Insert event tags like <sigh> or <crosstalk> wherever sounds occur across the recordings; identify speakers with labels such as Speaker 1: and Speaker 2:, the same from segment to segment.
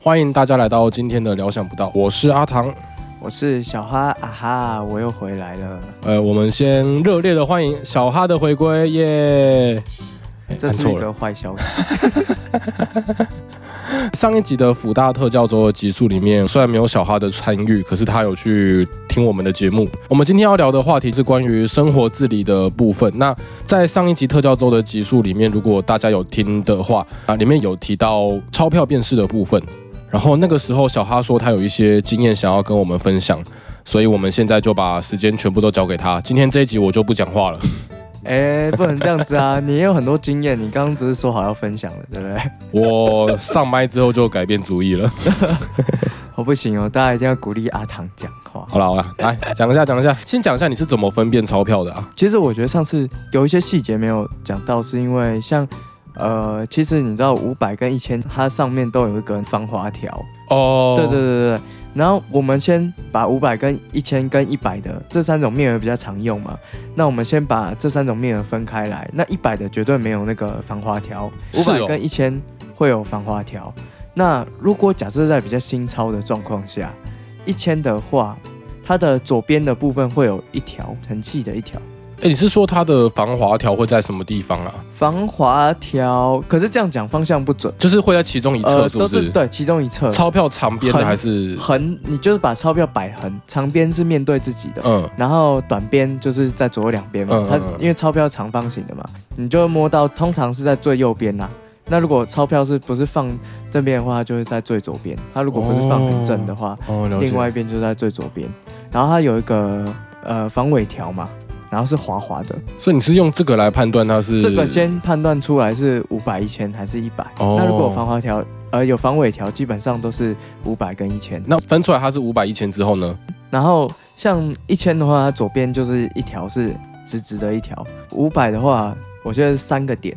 Speaker 1: 欢迎大家来到今天的聊想不到，我是阿唐。
Speaker 2: 我是小哈，啊哈，我又回来了。
Speaker 1: 呃，我们先热烈的欢迎小哈的回归，耶、哎
Speaker 2: 这
Speaker 1: 按
Speaker 2: 是一
Speaker 1: 错了。
Speaker 2: 个坏消息，
Speaker 1: 上一集的辅大特教周的集数里面，虽然没有小哈的参与，可是他有去听我们的节目。我们今天要聊的话题是关于生活自理的部分。那在上一集特教周的集数里面，如果大家有听的话，啊，里面有提到钞票辨识的部分。然后那个时候，小哈说他有一些经验想要跟我们分享，所以我们现在就把时间全部都交给他。今天这一集我就不讲话了。 <laughs>
Speaker 2: 哎、不能这样子啊！你也有很多经验，你刚刚不是说好要分享的，对不对？
Speaker 1: 我上麦之后就改变主意了。
Speaker 2: 我不行哦，大家一定要鼓励阿唐讲话。
Speaker 1: 好了好了，来讲一下讲一下，先讲一下你是怎么分辨钞票的啊？
Speaker 2: 其实我觉得上次有一些细节没有讲到，是因为像，呃，其实你知道五百跟一千，它上面都有一根防滑条。
Speaker 1: 哦，
Speaker 2: 对对对对。然后我们先把五百跟一千跟一百的这三种面额比较常用嘛，那我们先把这三种面额分开来。那一百的绝对没有那个防滑条，五
Speaker 1: 是
Speaker 2: 百
Speaker 1: 哦
Speaker 2: 跟一千会有防滑条。那如果假设在比较新钞的状况下，一千的话，它的左边的部分会有一条很细的一条
Speaker 1: 哎，你是说它的防滑条会在什么地方啊？
Speaker 2: 防滑条，可是这样讲方向不准，
Speaker 1: 就是会在其中一侧，是不
Speaker 2: 呃都
Speaker 1: 是？
Speaker 2: 对其中一侧
Speaker 1: 钞票长边的
Speaker 2: 横
Speaker 1: 还是
Speaker 2: 横，你就是把钞票摆横，长边是面对自己的，
Speaker 1: 嗯
Speaker 2: 然后短边就是在左右两边嘛
Speaker 1: 嗯，
Speaker 2: 它
Speaker 1: 嗯嗯
Speaker 2: 因为钞票长方形的嘛，你就会摸到，通常是在最右边呐、那如果钞票是不是放正边的话，它就会在最左边；它如果不是放很正的话，
Speaker 1: 哦，了解。
Speaker 2: 另外一边就在最左边。然后它有一个呃防尾条嘛，然后是滑滑的，
Speaker 1: 所以你是用这个来判断它是
Speaker 2: 这个先判断出来是五百、一千还是一百、
Speaker 1: 哦
Speaker 2: 那如果有防滑条呃有防尾条，基本上都是五百跟一千。
Speaker 1: 那分出来它是五百一千之后呢？
Speaker 2: 然后像一千的话，它左边就是一条是直直的一条，五百的话，我觉得是三个点，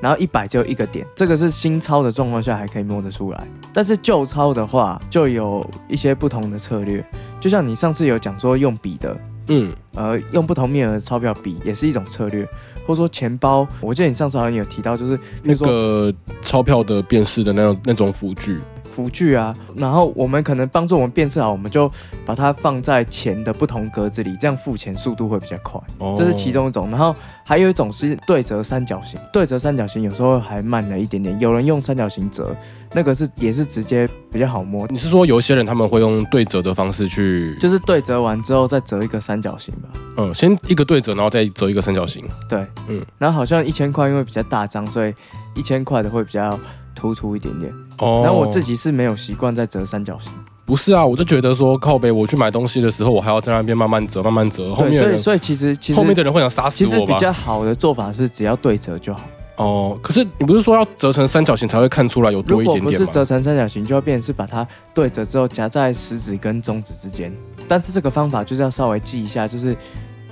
Speaker 2: 然后一百就一个点，这个是新钞的状况下还可以摸得出来，但是旧钞的话就有一些不同的策略，就像你上次有讲说用笔的。
Speaker 1: 嗯，
Speaker 2: 呃，用不同面额的钞票比也是一种策略，或者说钱包。我记得你上次好像有提到，就是比
Speaker 1: 那
Speaker 2: 如说
Speaker 1: 个钞票的辨识的那种那种辅具，
Speaker 2: 辅具啊，然后我们可能帮助我们辨识好，我们就把它放在钱的不同格子里，这样付钱速度会比较快。
Speaker 1: 哦
Speaker 2: 这是其中一种，然后还有一种是对折三角形，对折三角形有时候还慢了一点点，有人用三角形折，那个是也是直接比较好摸，
Speaker 1: 你是说有一些人他们会用对折的方式去，
Speaker 2: 就是对折完之后再折一个三角形吧。
Speaker 1: 嗯，先一个对折，然后再折一个三角形。
Speaker 2: 对，
Speaker 1: 嗯
Speaker 2: 嗯，然后好像一千块因为比较大张，所以一千块的会比较突出一点点。
Speaker 1: 哦，
Speaker 2: 然后我自己是没有习惯在折三角形，
Speaker 1: 不是啊，我就觉得说靠北，我去买东西的时候，我还要在那边慢慢折，慢慢折。后
Speaker 2: 对，
Speaker 1: 面的
Speaker 2: 所以
Speaker 1: 人，
Speaker 2: 所以其实其实
Speaker 1: 后面的人会想杀死
Speaker 2: 其实
Speaker 1: 我
Speaker 2: 比
Speaker 1: 吧？
Speaker 2: 较好的做法是只要对折就好。
Speaker 1: 哦，可是你不是说要折成三角形才会看出来有
Speaker 2: 如
Speaker 1: 多一
Speaker 2: 果
Speaker 1: 点
Speaker 2: 不
Speaker 1: 点
Speaker 2: 哦是
Speaker 1: 吗？
Speaker 2: 折成三角形，就要变成是把它对折之后夹在食指跟中指之间。但是这个方法就是要稍微记一下，就是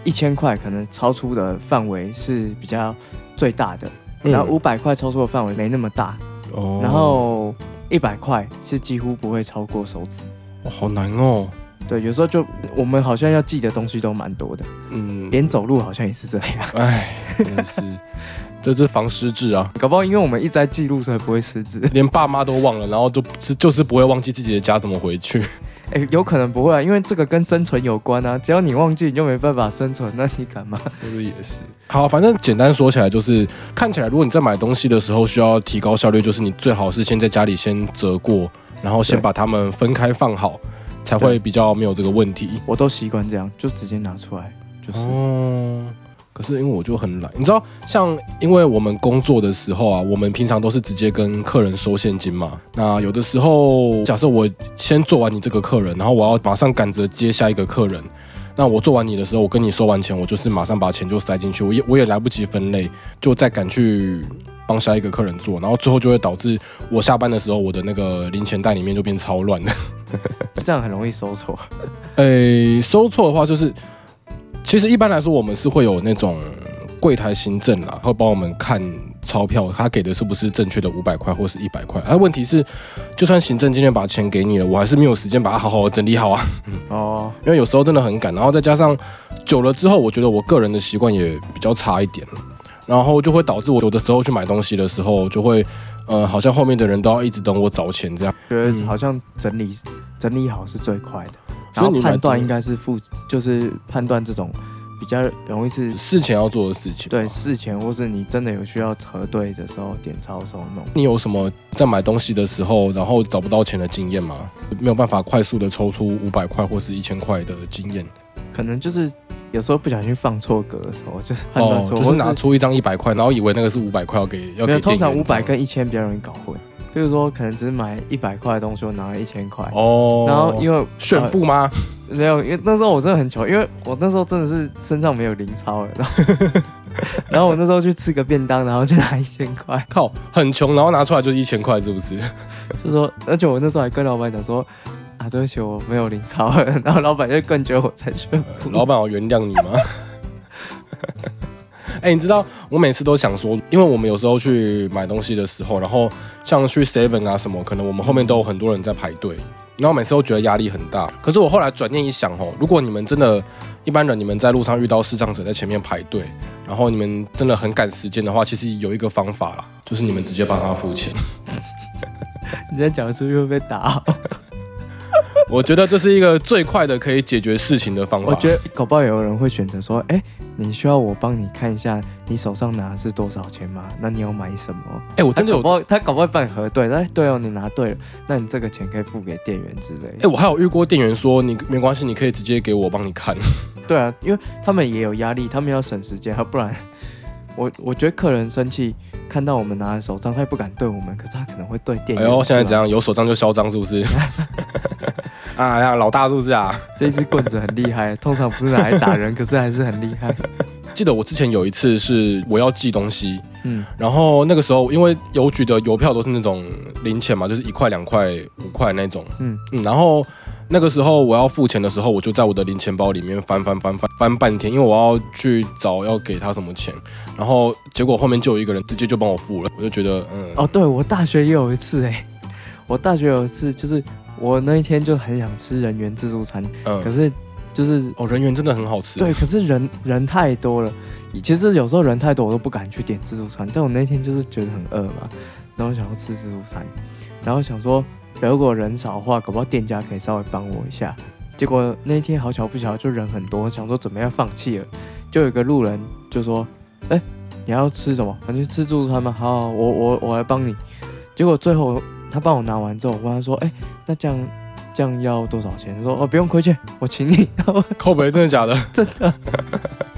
Speaker 2: 一千块可能超出的范围是比较最大的，然后五百块超出的范围没那么大，
Speaker 1: 嗯哦
Speaker 2: 然后一百块是几乎不会超过手指。
Speaker 1: 哦好难哦，
Speaker 2: 对，有时候就我们好像要记的东西都蛮多的，
Speaker 1: 嗯，
Speaker 2: 连走路好像也是这样。 <laughs>
Speaker 1: 哎，真的是，这是防失智啊，
Speaker 2: 搞不好因为我们一直在记录，所以不会失智。 <laughs>
Speaker 1: 连爸妈都忘了，然后就是就是不会忘记自己的家怎么回去。
Speaker 2: 哎、有可能不会啊，因为这个跟生存有关啊。只要你忘记，你就没办法生存，那你敢吗？
Speaker 1: 说的也是。好，反正简单说起来就是，看起来如果你在买东西的时候需要提高效率，就是你最好是先在家里先折过，然后先
Speaker 2: 对
Speaker 1: 把它们分开放好，才会
Speaker 2: 对
Speaker 1: 比较没有这个问题。
Speaker 2: 我都习惯这样，就直接拿出来，就是、
Speaker 1: 哦，可是因为我就很懒，你知道，像因为我们工作的时候啊，我们平常都是直接跟客人收现金嘛。那有的时候，假设我先做完你这个客人，然后我要马上赶着接下一个客人。那我做完你的时候，我跟你收完钱，我就是马上把钱就塞进去，我也我也来不及分类，就再赶去帮下一个客人做，然后最后就会导致我下班的时候，我的那个零钱袋里面就变超乱了。
Speaker 2: 这样很容易收错。
Speaker 1: 诶，收错的话就是，其实一般来说我们是会有那种柜台行政啦，会帮我们看钞票，他给的是不是正确的五百块或是一百块。啊而、问题是，就算行政今天把钱给你了，我还是没有时间把它好好的整理好啊， <laughs>
Speaker 2: 哦，
Speaker 1: 因为有时候真的很赶，然后再加上久了之后，我觉得我个人的习惯也比较差一点了然后就会导致我有的时候去买东西的时候，就会呃，好像后面的人都要一直等我找钱这样。
Speaker 2: 觉得
Speaker 1: 嗯
Speaker 2: 好像整理、整理好是最快的，
Speaker 1: 所
Speaker 2: 然
Speaker 1: 以
Speaker 2: 后
Speaker 1: 你
Speaker 2: 判断
Speaker 1: 蛮
Speaker 2: 应该是负，就是判断这种比较容易是
Speaker 1: 事前要做的事情。
Speaker 2: 对，事前或是你真的有需要核对的时候点钞的时候弄。
Speaker 1: 你有什么在买东西的时候，然后找不到钱的经验吗？没有办法快速的抽出五百块或是一千块的经验
Speaker 2: 可能就是有时候不小心放错格的时候，就是判断
Speaker 1: 哦，
Speaker 2: 错，
Speaker 1: 就是
Speaker 2: 或
Speaker 1: 拿出一张一百块，然后以为那个是五百块要给要
Speaker 2: 没
Speaker 1: 给
Speaker 2: 有，通
Speaker 1: 店
Speaker 2: 常
Speaker 1: 员
Speaker 2: 五百
Speaker 1: 这样
Speaker 2: 跟一千比较容易搞混。比如说，可能只是买一百块的东西，我拿了一千块，
Speaker 1: 哦，
Speaker 2: 然后因为
Speaker 1: 炫富吗？
Speaker 2: 呃没有，因为那时候我真的很穷，因为我那时候真的是身上没有零钞了， <laughs> 然后然后我那时候去吃个便当，然后就拿一千块，
Speaker 1: 靠，很穷，然后拿出来就一千块，是不是？
Speaker 2: 就说，而且我那时候还跟老板讲说。啊，对不起，我没有零钞了。 <laughs> 然后老板就更觉得我在炫富。
Speaker 1: 老板，我原谅你吗？ <laughs> 哎、你知道我每次都想说，因为我们有时候去买东西的时候，然后像去 Seven 啊什么，可能我们后面都有很多人在排队，然后每次都觉得压力很大。可是我后来转念一想哦，如果你们真的一般人，你们在路上遇到视障者在前面排队，然后你们真的很赶时间的话，其实有一个方法啦，就是你们直接帮他付钱。 <laughs>
Speaker 2: 你这样讲出去会被打。
Speaker 1: 我觉得这是一个最快的可以解决事情的方法。
Speaker 2: 我觉得搞不好有人会选择说，哎、你需要我帮你看一下你手上拿的是多少钱吗？那你要买什么？
Speaker 1: 哎、我真的有
Speaker 2: 搞不好他搞不好帮你核对，哎，对哦，你拿对了，那你这个钱可以付给店员之类
Speaker 1: 哎、
Speaker 2: 的。
Speaker 1: 我还有遇过店员说你没关系，你可以直接给我帮你看。
Speaker 2: 对啊，因为他们也有压力，他们要省时间，他啊不然我我觉得客人生气，看到我们拿的手账，他也不敢对我们，可是他可能会对店
Speaker 1: 哎
Speaker 2: 员。
Speaker 1: 呦，现在怎
Speaker 2: 样？
Speaker 1: 样？有手账就嚣张是不是？ <laughs> 啊呀，老大是不是啊？
Speaker 2: 这一支棍子很厉害，通常不是拿来打人，可是还是很厉
Speaker 1: <laughs>
Speaker 2: 害。
Speaker 1: 记得我之前有一次是我要寄东西，
Speaker 2: 嗯，
Speaker 1: 然后那个时候因为邮局的邮票都是那种零钱嘛，就是一块、两块、五块那种。嗯
Speaker 2: 嗯
Speaker 1: 然后那个时候我要付钱的时候，我就在我的零钱包里面翻翻翻翻翻半天，因为我要去找要给他什么钱，然后结果后面就有一个人直接就帮我付了，我就觉得嗯，
Speaker 2: 哦，对我大学也有一次哎、我大学有一次就是我那一天就很想吃人员自助餐，
Speaker 1: 嗯，
Speaker 2: 可是就是
Speaker 1: 哦，人员真的很好吃。
Speaker 2: 对，可是人人太多了，其实有时候人太多我都不敢去点自助餐，但我那天就是觉得很饿嘛，然后想要吃自助餐，然后想说如果人少的话，搞不好店家可以稍微帮我一下。结果那天好巧不巧就人很多，想说准备要放弃了，就有一个路人就说：“哎、你要吃什么？你去吃自助餐吗？好好我我我来帮你。”结果最后他帮我拿完之后，我问他说：“哎、那这样这样要多少钱？”他说：“哦，不用亏欠，我请你。”然后
Speaker 1: 靠北真的假的？真的。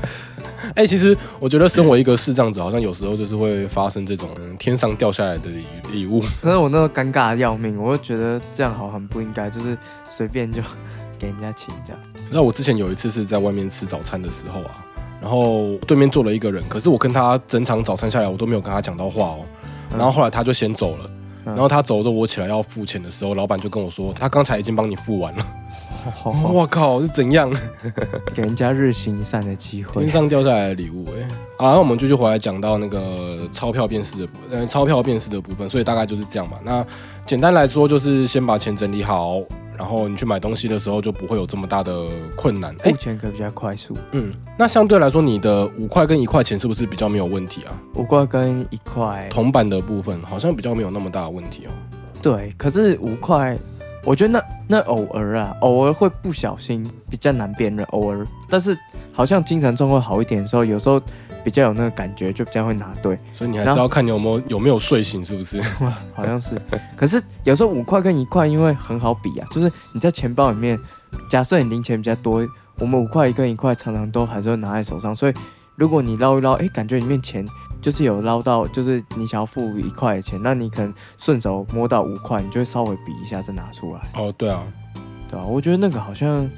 Speaker 1: <laughs> 哎、其实我觉得身为一个视障者，好像有时候就是会发生这种嗯天上掉下来的礼礼物。
Speaker 2: 可是我那时候尴尬的要命，我就觉得这样好很不应该，就是随便就 <laughs> 给人家请这样。
Speaker 1: 你知道我之前有一次是在外面吃早餐的时候啊，然后对面坐了一个人，可是我跟他整场早餐下来，我都没有跟他讲到话哦。
Speaker 2: 嗯
Speaker 1: 然后后来他就先走了，
Speaker 2: 嗯
Speaker 1: 然后他走着我起来要付钱的时候，老板就跟我说，他刚才已经帮你付完了。 <laughs>
Speaker 2: 哇，
Speaker 1: 我靠，是怎样？
Speaker 2: 给人家日行一善的机会
Speaker 1: 天。上掉下来的礼物、哎，好，那我们就就回来讲到那个钞票辨识的部，呃，钞票辨识的部分，所以大概就是这样吧。那简单来说，就是先把钱整理好，然后你去买东西的时候就不会有这么大的困难。哎、
Speaker 2: 付钱可以比较快速，
Speaker 1: 嗯，那相对来说，你的五块跟一块钱是不是比较没有问题啊？
Speaker 2: 五块跟一块，
Speaker 1: 铜板的部分好像比较没有那么大的问题哦。
Speaker 2: 对。可是五块，我觉得那那偶尔啊，偶尔会不小心比较难辨认，偶尔。但是好像精神状况好一点的时候，有时候比较有那个感觉，就比较会拿对。
Speaker 1: 所以你还
Speaker 2: 然
Speaker 1: 是
Speaker 2: 后
Speaker 1: 要看你有没有有没有睡醒，是不是？
Speaker 2: 哇，好像是。可是有时候五块跟一块，因为很好比啊，就是你在钱包里面，假设你零钱比较多，我们五块跟一块常常都还是会拿在手上，所以如果你捞一捞，哎、感觉里面钱就是有捞到，就是你想要付一块的钱，那你可能顺手摸到五块，你就会稍微比一下再拿出来，
Speaker 1: 哦，对啊，
Speaker 2: 对吧、我觉得那个好像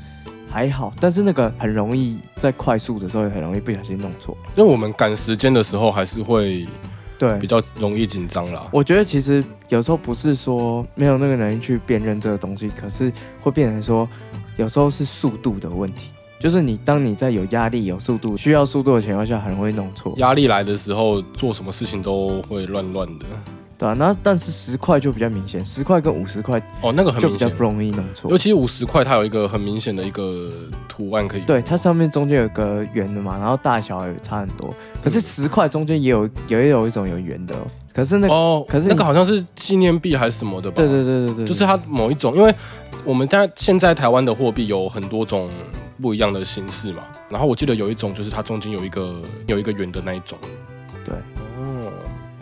Speaker 2: 还好，但是那个很容易在快速的时候也很容易不小心弄错。
Speaker 1: 因为我们赶时间的时候还是会
Speaker 2: 对
Speaker 1: 比，较容易紧张啦。
Speaker 2: 我觉得其实有时候不是说没有那个能力去辨认这个东西，可是会变成说，有时候是速度的问题。就是你当你在有压力、有速度、需要速度的情况下，很容易弄错，
Speaker 1: 压力来的时候，做什么事情都会乱乱的。
Speaker 2: 对啊，那但是十块就比较明显，十块跟五十块
Speaker 1: 哦，那个很
Speaker 2: 就
Speaker 1: 明
Speaker 2: 比较
Speaker 1: 显
Speaker 2: 不，容易弄错
Speaker 1: 尤。其五十块，它有一个很明显的一个图案可以。
Speaker 2: 对，它上面中间有个圆的嘛，然后大小也差很多。可是十块中间也有也有一种有圆的哦、可是那个，
Speaker 1: 哦，
Speaker 2: 可是
Speaker 1: 那
Speaker 2: 你
Speaker 1: 个好像是纪念币还是什么的吧？
Speaker 2: 对对对对对，
Speaker 1: 就是它某一种，因为我们在现在台湾的货币有很多种不一样的形式嘛。然后我记得有一种就是它中间有一个有一个圆的那一种。
Speaker 2: 对。
Speaker 1: 哦，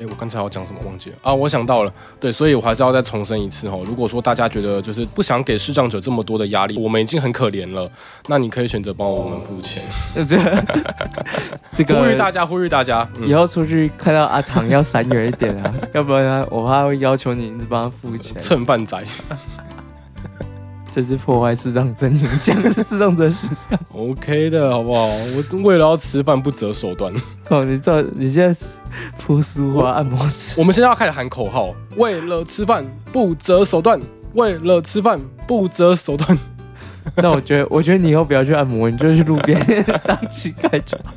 Speaker 1: 哎，我刚才要讲什么忘记了啊？我想到了，对，所以我还是要再重申一次哦。如果说大家觉得就是不想给视障者这么多的压力，我们已经很可怜了，那你可以选择帮我们付钱。
Speaker 2: 对这个 <laughs> 这
Speaker 1: 呼吁大
Speaker 2: 个
Speaker 1: 家，呼吁大家，嗯
Speaker 2: 以后出去看到阿唐要闪远一点 <laughs> 啊，要不然我怕会要求你一直帮他付钱。
Speaker 1: 蹭饭仔。
Speaker 2: 这是破坏市障真形象，市障真形象。
Speaker 1: OK 的好不好？我为了要吃饭不择手段。
Speaker 2: 靠，哦你这你现在铺苏花按摩师，
Speaker 1: 我们现在要开始喊口号：为了吃饭不择手段，为了吃饭不择手
Speaker 2: <laughs>
Speaker 1: 段。
Speaker 2: <laughs> 那我觉得，我觉得你以后不要去按摩，你就去路 <laughs> 边当乞丐就好。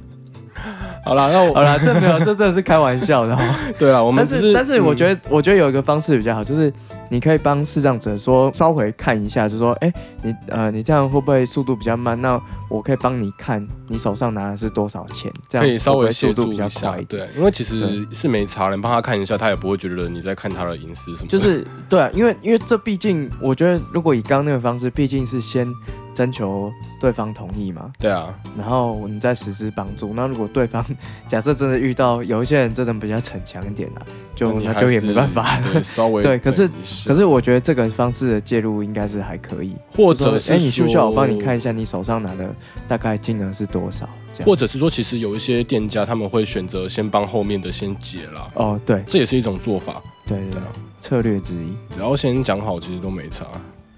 Speaker 1: 好啦，那我
Speaker 2: 好啦，这没有，这真的是开玩笑的哦。
Speaker 1: 对了，我们
Speaker 2: 但
Speaker 1: 只嗯
Speaker 2: 是，但是我
Speaker 1: 得、
Speaker 2: 觉得，我觉得有一个方式比较好，就是你可以帮视障者说稍微看一下，就说，哎、你呃，你这样会不会速度比较慢？那我可以帮你看你手上拿的是多少钱，
Speaker 1: 嗯
Speaker 2: 这样
Speaker 1: 可以稍
Speaker 2: 会不
Speaker 1: 微
Speaker 2: 会
Speaker 1: 协
Speaker 2: 速度
Speaker 1: 助
Speaker 2: 比较
Speaker 1: 一下
Speaker 2: 快一，点。
Speaker 1: 对，因为其实是没查人帮他看一下，他也不会觉得你在看他的隐私什么的。
Speaker 2: 就是对啊，因为因为这毕竟，我觉得如果以刚刚那个方式，毕竟是先征求对方同意嘛，
Speaker 1: 对啊，
Speaker 2: 然后你再实施帮助。那如果对方假设真的遇到有一些人真的比较逞强一点啊，就
Speaker 1: 那你
Speaker 2: 那
Speaker 1: 还
Speaker 2: 就也
Speaker 1: 是
Speaker 2: 没办法了。
Speaker 1: 对，稍微
Speaker 2: <laughs> 对可是
Speaker 1: 等一下
Speaker 2: 可是我觉得这个方式的介入应该是还可以，
Speaker 1: 或
Speaker 2: 就
Speaker 1: 者
Speaker 2: 说
Speaker 1: 是
Speaker 2: 哎，你需不需要我帮你
Speaker 1: 说
Speaker 2: 看一下你手上拿的大概金额是多少？这样
Speaker 1: 或者是说，其实有一些店家他们会选择先帮后面的先结啦，
Speaker 2: 哦，对
Speaker 1: 这也是一种做法。
Speaker 2: 对对
Speaker 1: 对
Speaker 2: 对
Speaker 1: 啊，
Speaker 2: 策略之一。
Speaker 1: 只要先讲好，其实都没差。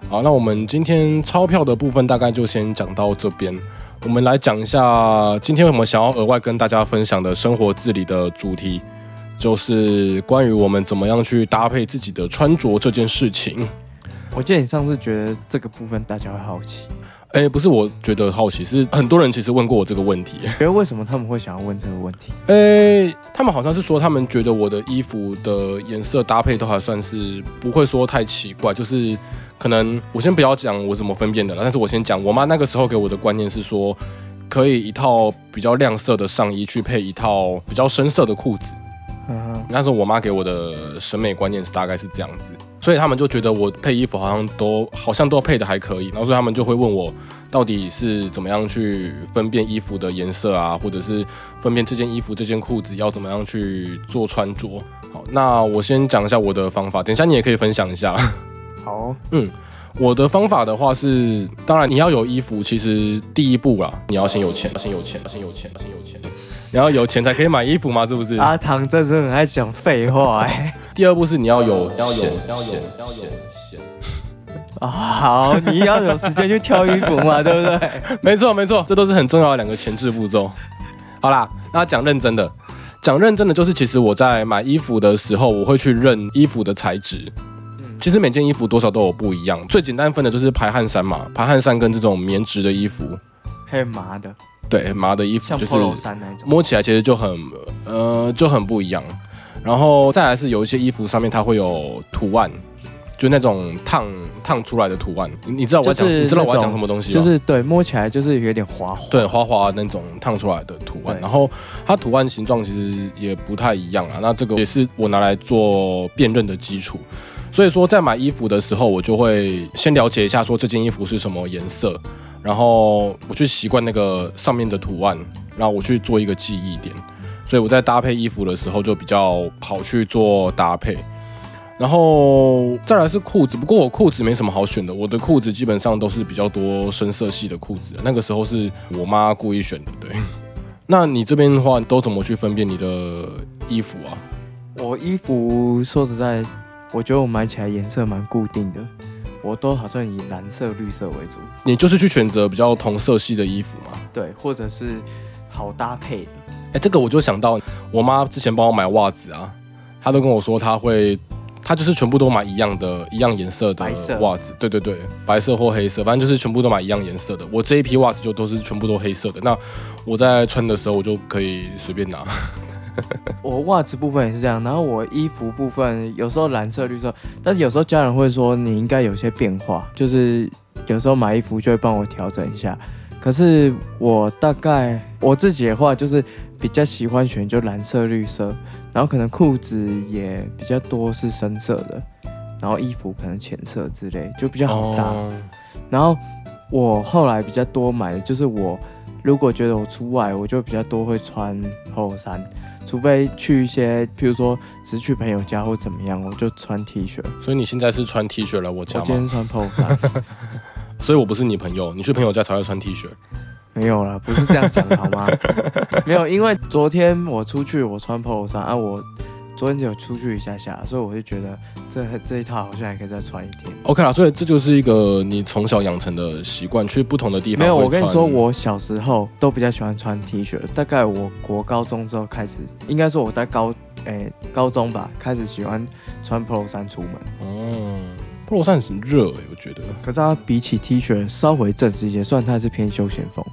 Speaker 1: 好，那我们今天钞票的部分大概就先讲到这边。我们来讲一下，今天我们想要额外跟大家分享的生活自理的主题，就是关于我们怎么样去搭配自己的穿着这件事情。
Speaker 2: 我记得你上次觉得这个部分大家会好奇，
Speaker 1: <laughs> 哎，不是我觉得好奇，是很多人其实问过我这个问题。
Speaker 2: 觉得为什么他们会想要问这个问题？
Speaker 1: 诶、他们好像是说，他们觉得我的衣服的颜色搭配都还算是不会说太奇怪，就是可能我先不要讲我怎么分辨的了，但是我先讲我妈那个时候给我的观念是说，可以一套比较亮色的上衣去配一套比较深色的裤子。
Speaker 2: 嗯哼，
Speaker 1: 那时候我妈给我的审美观念是大概是这样子，所以他们就觉得我配衣服好像都好像都配的还可以，然后所以他们就会问我到底是怎么样去分辨衣服的颜色啊，或者是分辨这件衣服这件裤子要怎么样去做穿着。好，那我先讲一下我的方法，等一下你也可以分享一下。 <laughs>
Speaker 2: 好哦、
Speaker 1: 我的方法的话是，当然你要有衣服，其实第一步啦，你要先有钱，先有钱，先有钱，先有钱，你要有钱才可以买衣服嘛，是不是？
Speaker 2: 阿唐真是很爱讲废话哎、 <laughs>
Speaker 1: 第二步是你要有钱，
Speaker 2: 啊，好，你要有时间去挑衣服嘛，对不对？ <laughs>
Speaker 1: 没错没错，这都是很重要的两个前置步骤。好啦，那讲认真的，讲认真的就是，其实我在买衣服的时候，我会去认衣服的材质。
Speaker 2: 嗯
Speaker 1: 其实每件衣服多少都有不一样，最简单分的就是排汗衫嘛，排汗衫跟这种棉质的衣服，
Speaker 2: 还有麻的，
Speaker 1: 对麻的衣服
Speaker 2: 像
Speaker 1: 就是
Speaker 2: polo 衫那一种。
Speaker 1: 摸起来其实就很呃就很不一样。然后再来是有一些衣服上面它会有图案，就那种烫烫出来的图案。你你知道我要讲、
Speaker 2: 就是
Speaker 1: 你知道我要
Speaker 2: 那种
Speaker 1: 讲什么东西吗？
Speaker 2: 就是对，摸起来就是有点滑滑。
Speaker 1: 对，花花那种烫出来的图案，
Speaker 2: 对
Speaker 1: 然后它图案形状其实也不太一样啊。那这个也是我拿来做辨认的基础。所以说，在买衣服的时候，我就会先了解一下，说这件衣服是什么颜色，然后我去习惯那个上面的图案，然后我去做一个记忆点。所以我在搭配衣服的时候就比较好去做搭配。然后再来是裤子，不过我裤子没什么好选的，我的裤子基本上都是比较多深色系的裤子，那个时候是我妈故意选的。对，那你这边的话，都怎么去分辨你的衣服啊？
Speaker 2: 我衣服说实在，我觉得我买起来颜色蛮固定的，我都好像以蓝色、绿色为主，
Speaker 1: 你就是去选择比较同色系的衣服嘛？
Speaker 2: 对，或者是好搭配的。
Speaker 1: 哎，这个我就想到我妈之前帮我买袜子啊，她都跟我说她会，她就是全部都买一样的、一样颜色的
Speaker 2: 白色
Speaker 1: 袜子，对对对，白色或黑色，反正就是全部都买一样颜色的。我这一批袜子就都是全部都黑色的，那我在穿的时候我就可以随便拿。
Speaker 2: 我袜子部分也是这样，然后我衣服部分有时候蓝色、绿色，但是有时候家人会说你应该有些变化，就是有时候买衣服就会帮我调整一下，可是我大概我自己的话，就是比较喜欢选就蓝色、绿色，然后可能裤子也比较多是深色的，然后衣服可能浅色之类，就比较好搭。
Speaker 1: 哦
Speaker 2: 然后我后来比较多买的就是我如果觉得我出外，我就比较多会穿厚衫，除非去一些，譬如说只是去朋友家或怎么样，我就穿 T 恤。
Speaker 1: 所以你现在是穿 T 恤来我
Speaker 2: 我
Speaker 1: 家
Speaker 2: 今
Speaker 1: 吗？
Speaker 2: 天穿厚衫，
Speaker 1: 所以我不是你朋友，你去朋友家才会穿 T 恤。
Speaker 2: 没有啦，不是这样讲的好吗？没有，因为昨天我出去，我穿 polo 衫啊，我昨天只有出去一下下，所以我就觉得这这一套好像还可以再穿一天。
Speaker 1: OK 啦，所以这就是一个你从小养成的习惯，去不同的地方
Speaker 2: 没有，
Speaker 1: 会
Speaker 2: 我跟你
Speaker 1: 穿
Speaker 2: 说，我小时候都比较喜欢穿 T 恤，大概我国高中之后开始，应该说我在高诶、高中吧，开始喜欢穿 polo 衫出门。
Speaker 1: 哦，不罗衫很热、欸，我觉得。
Speaker 2: 可是它比起 T 恤稍微正式一些，虽然它还是偏休闲风，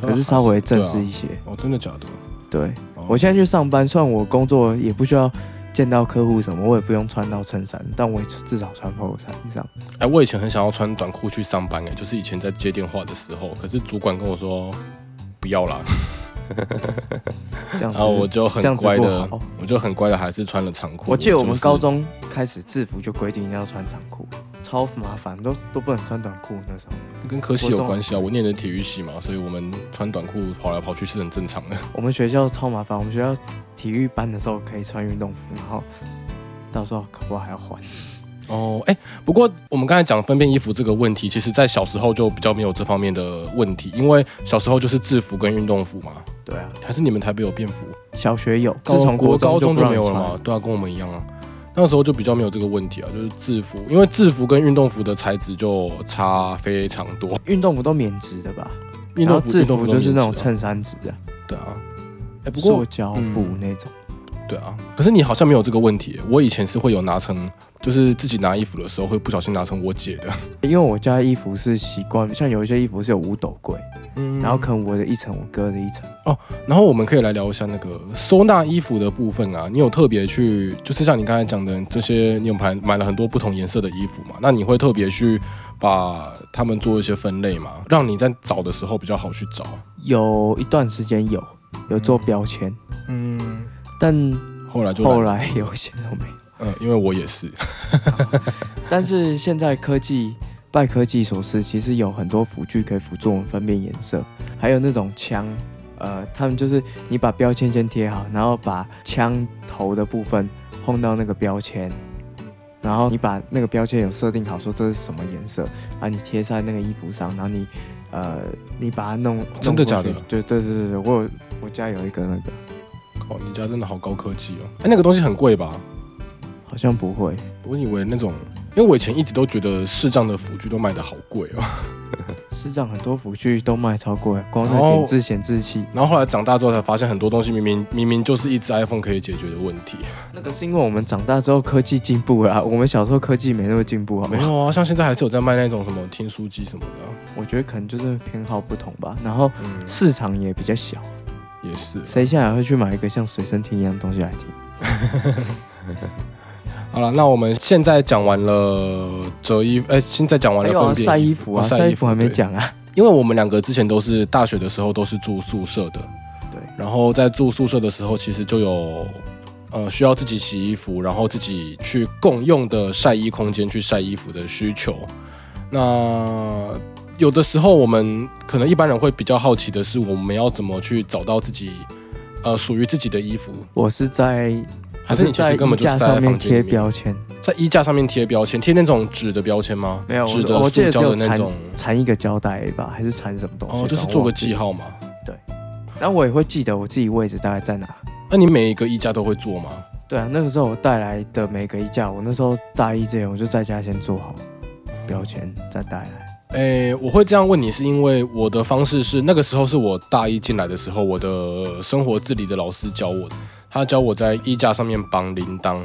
Speaker 1: 啊
Speaker 2: 可是稍微正式一些。
Speaker 1: 哦，真的假的？
Speaker 2: 对
Speaker 1: 哦
Speaker 2: 我现在去上班，虽然我工作也不需要见到客户什么，我也不用穿到衬衫，但我也至少穿 polo 衫以上。
Speaker 1: 哎、我以前很想要穿短裤去上班、哎，就是以前在接电话的时候，可是主管跟我说不要啦，
Speaker 2: 这样
Speaker 1: 然
Speaker 2: 子，
Speaker 1: 啊后我就
Speaker 2: 这
Speaker 1: 很
Speaker 2: 样子
Speaker 1: 乖
Speaker 2: 不
Speaker 1: 的
Speaker 2: 好。
Speaker 1: 我就很乖的，还是穿了长裤。
Speaker 2: 我记得我们
Speaker 1: 就是
Speaker 2: 高中开始制服就规定一定要穿长裤，超麻烦，都都不能穿短裤那时候。
Speaker 1: 跟科系有关系啊，我念的体育系嘛，所以我们穿短裤跑来跑去是很正常的。
Speaker 2: 我们学校超麻烦，我们学校体育班的时候可以穿运动服，然后到时候搞不好还要换。
Speaker 1: 哦，哎、不过我们刚才讲分辨衣服这个问题，其实在小时候就比较没有这方面的问题，因为小时候就是制服跟运动服嘛。
Speaker 2: 对啊，
Speaker 1: 还是你们台北有便服？
Speaker 2: 小学有，自从
Speaker 1: 国
Speaker 2: 国
Speaker 1: 高中就
Speaker 2: 就不让
Speaker 1: 没
Speaker 2: 你
Speaker 1: 有了
Speaker 2: 穿
Speaker 1: 嘛？对啊，跟我们一样啊。那时候就比较没有这个问题啊，就是制服，因为制服跟运动服的材质就差非常多。
Speaker 2: 运动服都免质的吧？
Speaker 1: 运
Speaker 2: 然后
Speaker 1: 动服
Speaker 2: 制
Speaker 1: 运动
Speaker 2: 服
Speaker 1: 服都
Speaker 2: 就是那种
Speaker 1: 棉质
Speaker 2: 衬衫质的，
Speaker 1: 啊对啊。哎、不过嗯
Speaker 2: 塑胶布那种。
Speaker 1: 对啊，可是你好像没有这个问题耶。我以前是会有拿成，就是自己拿衣服的时候会不小心拿成我姐的，
Speaker 2: 因为我家衣服是习惯，像有一些衣服是有五斗柜，
Speaker 1: 嗯
Speaker 2: 然后可能我的一层，我哥的一层。
Speaker 1: 然后我们可以来聊一下那个收纳衣服的部分啊。你有特别去，就是像你刚才讲的这些，你有买买了很多不同颜色的衣服嘛？那你会特别去把它们做一些分类嘛？让你在找的时候比较好去找。
Speaker 2: 有一段时间有有做标签，
Speaker 1: 嗯，
Speaker 2: 但
Speaker 1: 后来就
Speaker 2: 后
Speaker 1: 来，
Speaker 2: 来有些都没有。
Speaker 1: 嗯，因为我也是， <laughs>
Speaker 2: 但是现在科技拜科技所赐，其实有很多辅具可以辅助我们分辨颜色，还有那种枪，呃，他们就是你把标签先贴好，然后把枪头的部分碰到那个标签，然后你把那个标签有设定好说这是什么颜色，啊，你贴在那个衣服上，然后你呃，你把它弄，弄
Speaker 1: 真的假
Speaker 2: 过去
Speaker 1: 的
Speaker 2: 对对对对对，我有我家有一个那个，
Speaker 1: 哦，你家真的好高科技哦。哎，那个东西很贵吧？
Speaker 2: 好像不会，
Speaker 1: 我以为那种，因为我以前一直都觉得视障的辅具都卖的好贵哦。
Speaker 2: 市场很多辅具都卖超过，光那
Speaker 1: 然后
Speaker 2: 点字显示器。
Speaker 1: 然后后来长大之后才发现，很多东西明明明明就是一只 iPhone 可以解决的问题。
Speaker 2: 那个是因为我们长大之后科技进步了啊、我们小时候科技没那么进步，好
Speaker 1: 没
Speaker 2: 吗？
Speaker 1: 有啊，像现在还是有在卖那种什么听书机什么的啊、
Speaker 2: 我觉得可能就是偏好不同吧，然后
Speaker 1: 嗯，
Speaker 2: 市场也比较小，
Speaker 1: 也是。
Speaker 2: 谁现在还会去买一个像随身听一样的东西来听？
Speaker 1: 好了，那我们现在讲完了折衣，哎、现在讲完
Speaker 2: 还
Speaker 1: 了
Speaker 2: 有啊，
Speaker 1: 分辨、
Speaker 2: 晒衣服啊，
Speaker 1: 哦
Speaker 2: 晒衣服还没，讲啊。
Speaker 1: 对因为我们两个之前都是大学的时候都是住宿舍的，
Speaker 2: 对，
Speaker 1: 然后在住宿舍的时候，其实就有呃需要自己洗衣服，然后自己去共用的晒衣空间去晒衣服的需求。那有的时候我们可能一般人会比较好奇的是，我们要怎么去找到自己呃属于自己的衣服，
Speaker 2: 我是在
Speaker 1: 还是你
Speaker 2: 我
Speaker 1: 其
Speaker 2: 在
Speaker 1: 实根
Speaker 2: 衣
Speaker 1: 本就
Speaker 2: 架
Speaker 1: 是塞在
Speaker 2: 上面
Speaker 1: 房间
Speaker 2: 贴
Speaker 1: 里面，
Speaker 2: 标签，
Speaker 1: 在衣架上面贴标签，贴那种纸的标签吗？
Speaker 2: 没有，
Speaker 1: 纸的
Speaker 2: 我我记
Speaker 1: 塑
Speaker 2: 得只
Speaker 1: 胶
Speaker 2: 有
Speaker 1: 的那
Speaker 2: 缠
Speaker 1: 种，
Speaker 2: 缠一个胶带吧，还是缠什么东西？
Speaker 1: 哦，就是
Speaker 2: 然后
Speaker 1: 做个
Speaker 2: 忘记
Speaker 1: 记。号嘛。
Speaker 2: 然后我也会记得我自己位置大概在哪。
Speaker 1: 那你每一个衣架都会做吗？
Speaker 2: 对啊，那个时候我带来的每个衣架，我那时候大一之前我就在家先做好标签，再带来。
Speaker 1: 诶，我会这样问你，是因为我的方式是那个时候是我大一进来的时候，我的生活自理的老师教我的，他教我在衣架上面绑铃铛。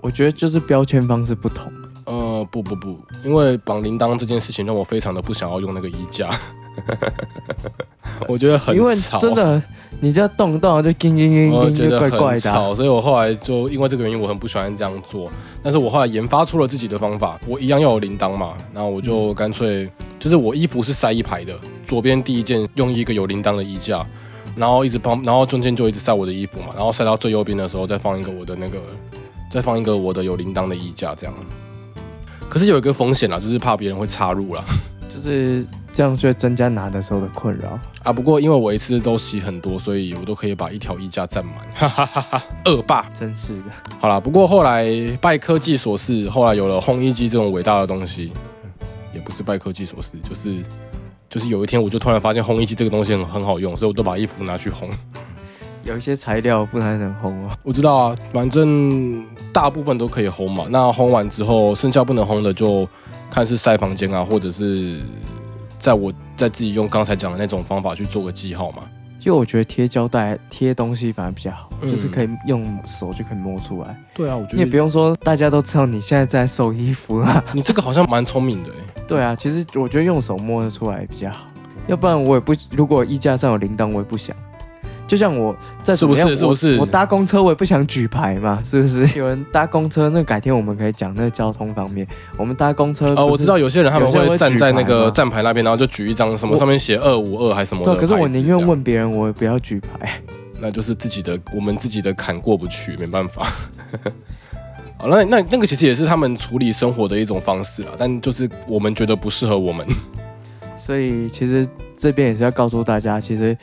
Speaker 2: 我觉得就是标签方式不同，
Speaker 1: 呃，不不不，因为绑铃铛这件事情让我非常的不想要用那个衣 <laughs> 架，我觉得很
Speaker 2: 因为
Speaker 1: 吵，
Speaker 2: 真的，你这样动不动就叮叮叮
Speaker 1: 我
Speaker 2: 叮，
Speaker 1: 哦觉
Speaker 2: 就
Speaker 1: 得
Speaker 2: 怪
Speaker 1: 很
Speaker 2: 怪的啊、
Speaker 1: 吵，所以我后来就因为这个原因，我很不喜欢这样
Speaker 2: 嗯
Speaker 1: 做。但是我后来研发出了自己的方法，我一样要有铃铛嘛，然后我就干脆就是我衣服是塞一排的，左边第一件用一个有铃铛的衣架，然后一直帮，然后中间就一直塞我的衣服嘛，然后塞到最右边的时候再放一个我的那个，再放一个我的有铃铛的衣架这样。可是有一个风险啦，就是怕别人会插入啦。
Speaker 2: 就是这样，就会增加拿的时候的困扰。
Speaker 1: 啊，不过因为我一次都洗很多，所以我都可以把一条衣架占满， <laughs> 哈哈哈哈，恶霸。
Speaker 2: 真是的，
Speaker 1: 好啦，不过后来拜科技所赐，后来有了烘衣机这种伟大的东西，也不是拜科技所赐，就是就是有一天我就突然发现烘衣机这个东西很很好用，所以我都把衣服拿去烘。
Speaker 2: 有一些材料不太能烘哦。
Speaker 1: 我知道啊，反正大部分都可以烘嘛。那烘完之后，剩下不能烘的就看是晒房间啊，或者是在我在自己用刚才讲的那种方法去做个记号嘛。
Speaker 2: 就我觉得贴胶带贴东西反而比较好，
Speaker 1: 嗯
Speaker 2: 就是可以用手就可以摸出来，
Speaker 1: 对啊，我觉
Speaker 2: 你也不
Speaker 1: 得
Speaker 2: 用说大家都知道你现在在收衣服啊啦。
Speaker 1: 你这个好像蛮聪明的、欸。
Speaker 2: 对啊，其实我觉得用手摸得出来比较好，要不然我也不，如果衣架上有铃铛，我也不想。就像我在
Speaker 1: 是不是是不是
Speaker 2: 我搭公车我也不想举牌嘛，是不是？有人搭公车，那改天我们可以讲那个交通方面。我们搭公车
Speaker 1: 哦，
Speaker 2: 呃
Speaker 1: 我
Speaker 2: 不是
Speaker 1: 知道有些人他们
Speaker 2: 有些人
Speaker 1: 会
Speaker 2: 会
Speaker 1: 站
Speaker 2: 举
Speaker 1: 在
Speaker 2: 牌
Speaker 1: 那个
Speaker 2: 吗
Speaker 1: 站牌那边，然后就举一张什么
Speaker 2: 我
Speaker 1: 上面写二五二还是什么的
Speaker 2: 对，啊
Speaker 1: 牌
Speaker 2: 可
Speaker 1: 子
Speaker 2: 是
Speaker 1: 这样。
Speaker 2: 我宁愿问别人，我也不要举牌。
Speaker 1: 那就是自己的我们自己的坎过不去，没办法。 <laughs> 好，那那那个其实也是他们处理生活的一种方式啦，但就是我们觉得不适合我们。 <laughs>
Speaker 2: 所以其实这边也是要告诉大家，其实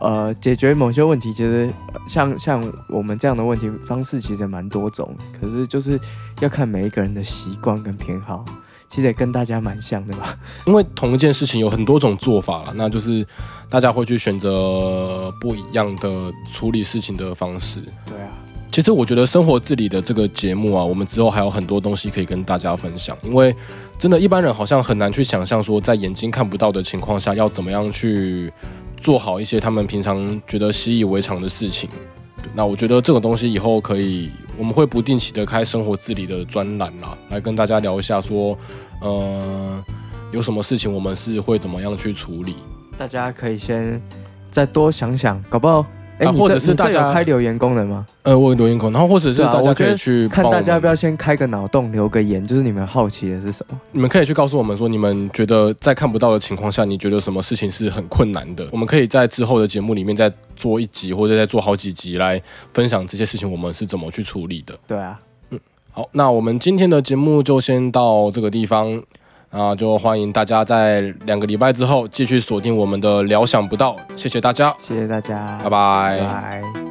Speaker 2: 呃，解决某些问题，其实呃像像我们这样的问题方式其实蛮多种，可是就是要看每一个人的习惯跟偏好。其实也跟大家蛮像的吧，
Speaker 1: 因为同一件事情有很多种做法了，那就是大家会去选择不一样的处理事情的方式。
Speaker 2: 对啊，
Speaker 1: 其实我觉得生活自理的这个节目啊，我们之后还有很多东西可以跟大家分享，因为真的，一般人好像很难去想象说，在眼睛看不到的情况下，要怎么样去做好一些他们平常觉得习以为常的事情。对那我觉得这种东西以后可以，我们会不定期的开生活自理的专栏啦，来跟大家聊一下说，呃，有什么事情我们是会怎么样去处理。
Speaker 2: 大家可以先再多想想，搞不好，哎、
Speaker 1: 啊
Speaker 2: 你
Speaker 1: 或者
Speaker 2: 这
Speaker 1: 是
Speaker 2: 你这
Speaker 1: 大家
Speaker 2: 有开留言功能吗？
Speaker 1: 呃，我有留言孔，然后或者是
Speaker 2: 对啊
Speaker 1: 大家
Speaker 2: 我
Speaker 1: 可
Speaker 2: 觉
Speaker 1: 以
Speaker 2: 得
Speaker 1: 去
Speaker 2: 看
Speaker 1: 帮我
Speaker 2: 大家要
Speaker 1: 们
Speaker 2: 不要先开个脑洞，留个言，就是你们好奇的是什么？
Speaker 1: 你们可以去告诉我们说，你们觉得在看不到的情况下，你觉得什么事情是很困难的？我们可以在之后的节目里面再做一集，或者再做好几集来分享这些事情，我们是怎么去处理的。
Speaker 2: 对啊，
Speaker 1: 好，那我们今天的节目就先到这个地方，啊，就欢迎大家在两个礼拜之后继续锁定我们的“聊想不到”，谢谢大家，
Speaker 2: 谢谢大家，
Speaker 1: 拜拜
Speaker 2: 拜拜